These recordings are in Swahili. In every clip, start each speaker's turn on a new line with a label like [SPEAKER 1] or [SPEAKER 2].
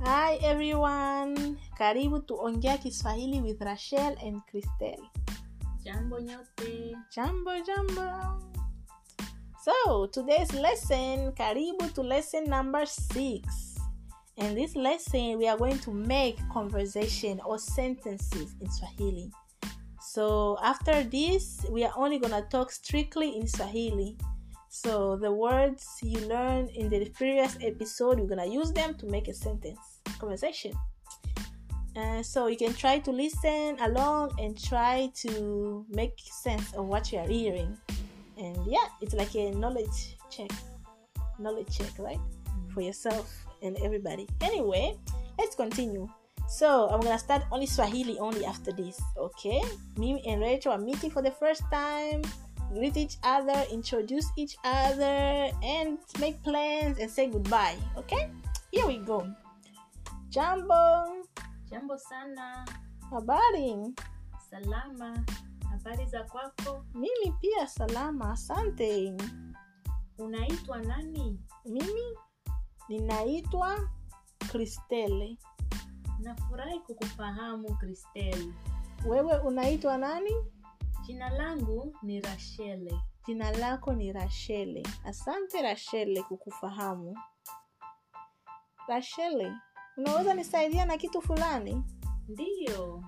[SPEAKER 1] hi everyone karibu tuongea kiswahili with rachel and cristel
[SPEAKER 2] jambo nyote
[SPEAKER 1] jambo jambo so today's lesson karibu to lesson number six in this lesson we are going to make conversation or sentences in swahili so after this we are only gonna talk strictly in swahili so the words you learned in the previous episode, you're gonna use them to make a sentence conversation. Uh, so you can try to listen along and try to make sense of what you are hearing. And yeah, it's like a knowledge check, knowledge check, right, for yourself and everybody. Anyway, let's continue. So I'm gonna start only Swahili only after this, okay? Me and Rachel are meeting for the first time greet each other, introduce each other, and make plans and say goodbye. Okay? Here we go. Jambo,
[SPEAKER 2] jambo sana
[SPEAKER 1] habari.
[SPEAKER 2] salama habari za kwako
[SPEAKER 1] Mimi pia salama, asante.
[SPEAKER 2] unaitwa nani
[SPEAKER 1] Mimi ninaitwa Kristele.
[SPEAKER 2] nafurahi kukufahamu kristel
[SPEAKER 1] Wewe unaitwa nani?
[SPEAKER 2] jina langu ni rashele
[SPEAKER 1] Jina lako ni Rashele. Asante Rashele kukufahamu. Rashele, unaweza nisaidia na kitu fulani?
[SPEAKER 2] ndiyo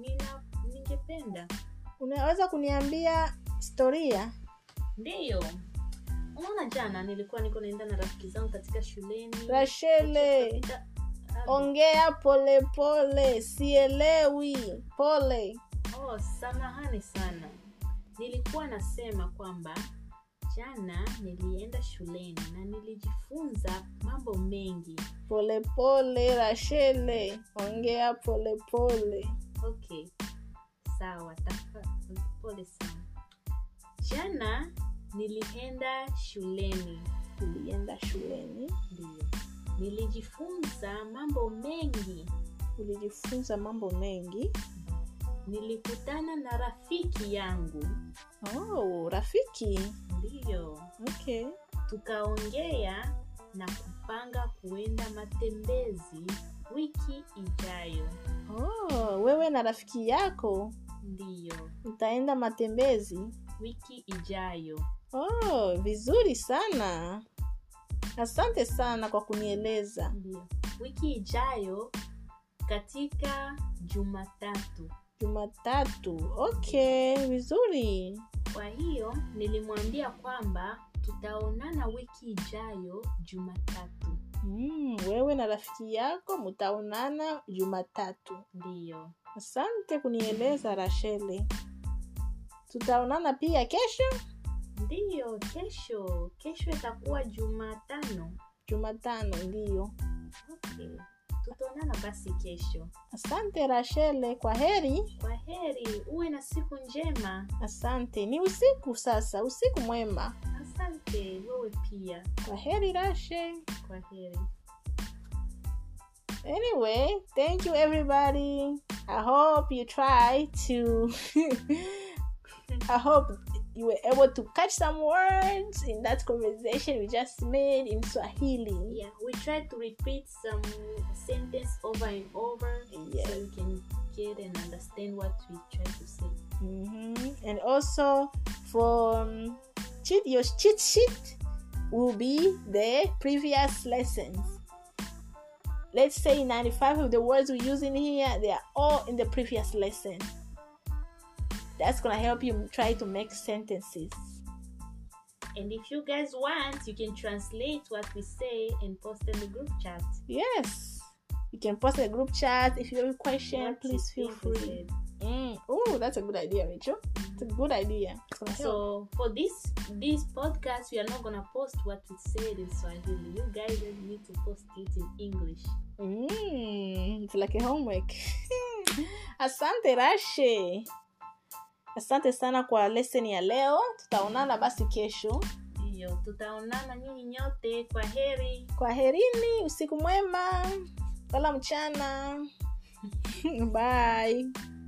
[SPEAKER 2] nina ningependa
[SPEAKER 1] Unaweza kuniambia historia?
[SPEAKER 2] ndiyo unaona jana nilikuwa niko naenda na rafiki zangu katika shuleni ah,
[SPEAKER 1] Rashele,
[SPEAKER 2] Da- abi-
[SPEAKER 1] ongea polepole, sielewi. Pole.
[SPEAKER 2] Oh, samahani sana. Nilikuwa nasema kwamba jana nilienda shuleni na nilijifunza mambo mengi.
[SPEAKER 1] Polepole, Rashele, ongea polepole.
[SPEAKER 2] Okay, sawa, tafa- pole sana. Jana nilienda shuleni,
[SPEAKER 1] Ulienda shuleni,
[SPEAKER 2] ndio nilijifunza mambo mengi.
[SPEAKER 1] ulijifunza mambo mengi.
[SPEAKER 2] Nilikutana na rafiki yangu,
[SPEAKER 1] Oh, rafiki.
[SPEAKER 2] ndiyo
[SPEAKER 1] Okay.
[SPEAKER 2] tukaongea na kupanga kuenda matembezi wiki ijayo
[SPEAKER 1] Oh, wewe na rafiki yako
[SPEAKER 2] ndiyo
[SPEAKER 1] mtaenda matembezi.
[SPEAKER 2] wiki ijayo
[SPEAKER 1] Oh, vizuri sana. Asante sana kwa kunieleza.
[SPEAKER 2] ndiyo wiki ijayo katika jumatatu
[SPEAKER 1] Jumatatu. Okay, vizuri.
[SPEAKER 2] kwa hiyo nilimwambia kwamba tutaonana wiki ijayo jumatatu
[SPEAKER 1] Mm, wewe na rafiki yako mtaonana Jumatatu.
[SPEAKER 2] ndiyo
[SPEAKER 1] Asante kunieleza Rashele. Tutaonana pia kesho
[SPEAKER 2] ndiyo kesho kesho itakuwa jumatano
[SPEAKER 1] Jumatano, ndiyo.
[SPEAKER 2] okay. tutaonana basi kesho
[SPEAKER 1] Asante Rashele, kwa heri.
[SPEAKER 2] kwa heri uwe na siku njema
[SPEAKER 1] Asante. Ni usiku sasa, usiku mwema.
[SPEAKER 2] asante wewe pia
[SPEAKER 1] Kwa heri Rashe.
[SPEAKER 2] kwa heri
[SPEAKER 1] Anyway, thank you everybody. I hope you try to. I hope you were able to catch some words in that conversation we just made in Swahili.
[SPEAKER 2] yeah we try to repeat some sentence over and over so
[SPEAKER 1] Yes.
[SPEAKER 2] you can get and understand what we try to say
[SPEAKER 1] Mhm. And also for um, cheat, your cheat sheet will be the previous lessons. Let's say 95 of the words we use in here, they are all in the previous lesson. That's gonna help you try to make sentences.
[SPEAKER 2] and if you guys want you can translate what we say and post in the group chat
[SPEAKER 1] Yes. You can post in the group chat. If you have a question,
[SPEAKER 2] What you
[SPEAKER 1] please feel
[SPEAKER 2] think we
[SPEAKER 1] free.
[SPEAKER 2] said.
[SPEAKER 1] Mm. Oh, that's a good idea, Rachel. It's a good idea. It's gonna help.
[SPEAKER 2] so for this this podcast we are not gonna post what we said in swahili you guys need to post it in english
[SPEAKER 1] Mm, it's like a homework. Asante Rashe. Asante sana kwa lesson ya leo. Tutaonana basi kesho.
[SPEAKER 2] ndiyo tutaonana nyinyi nyote kwa heri
[SPEAKER 1] Kwaherini, usiku mwema. Wala mchana. Bye.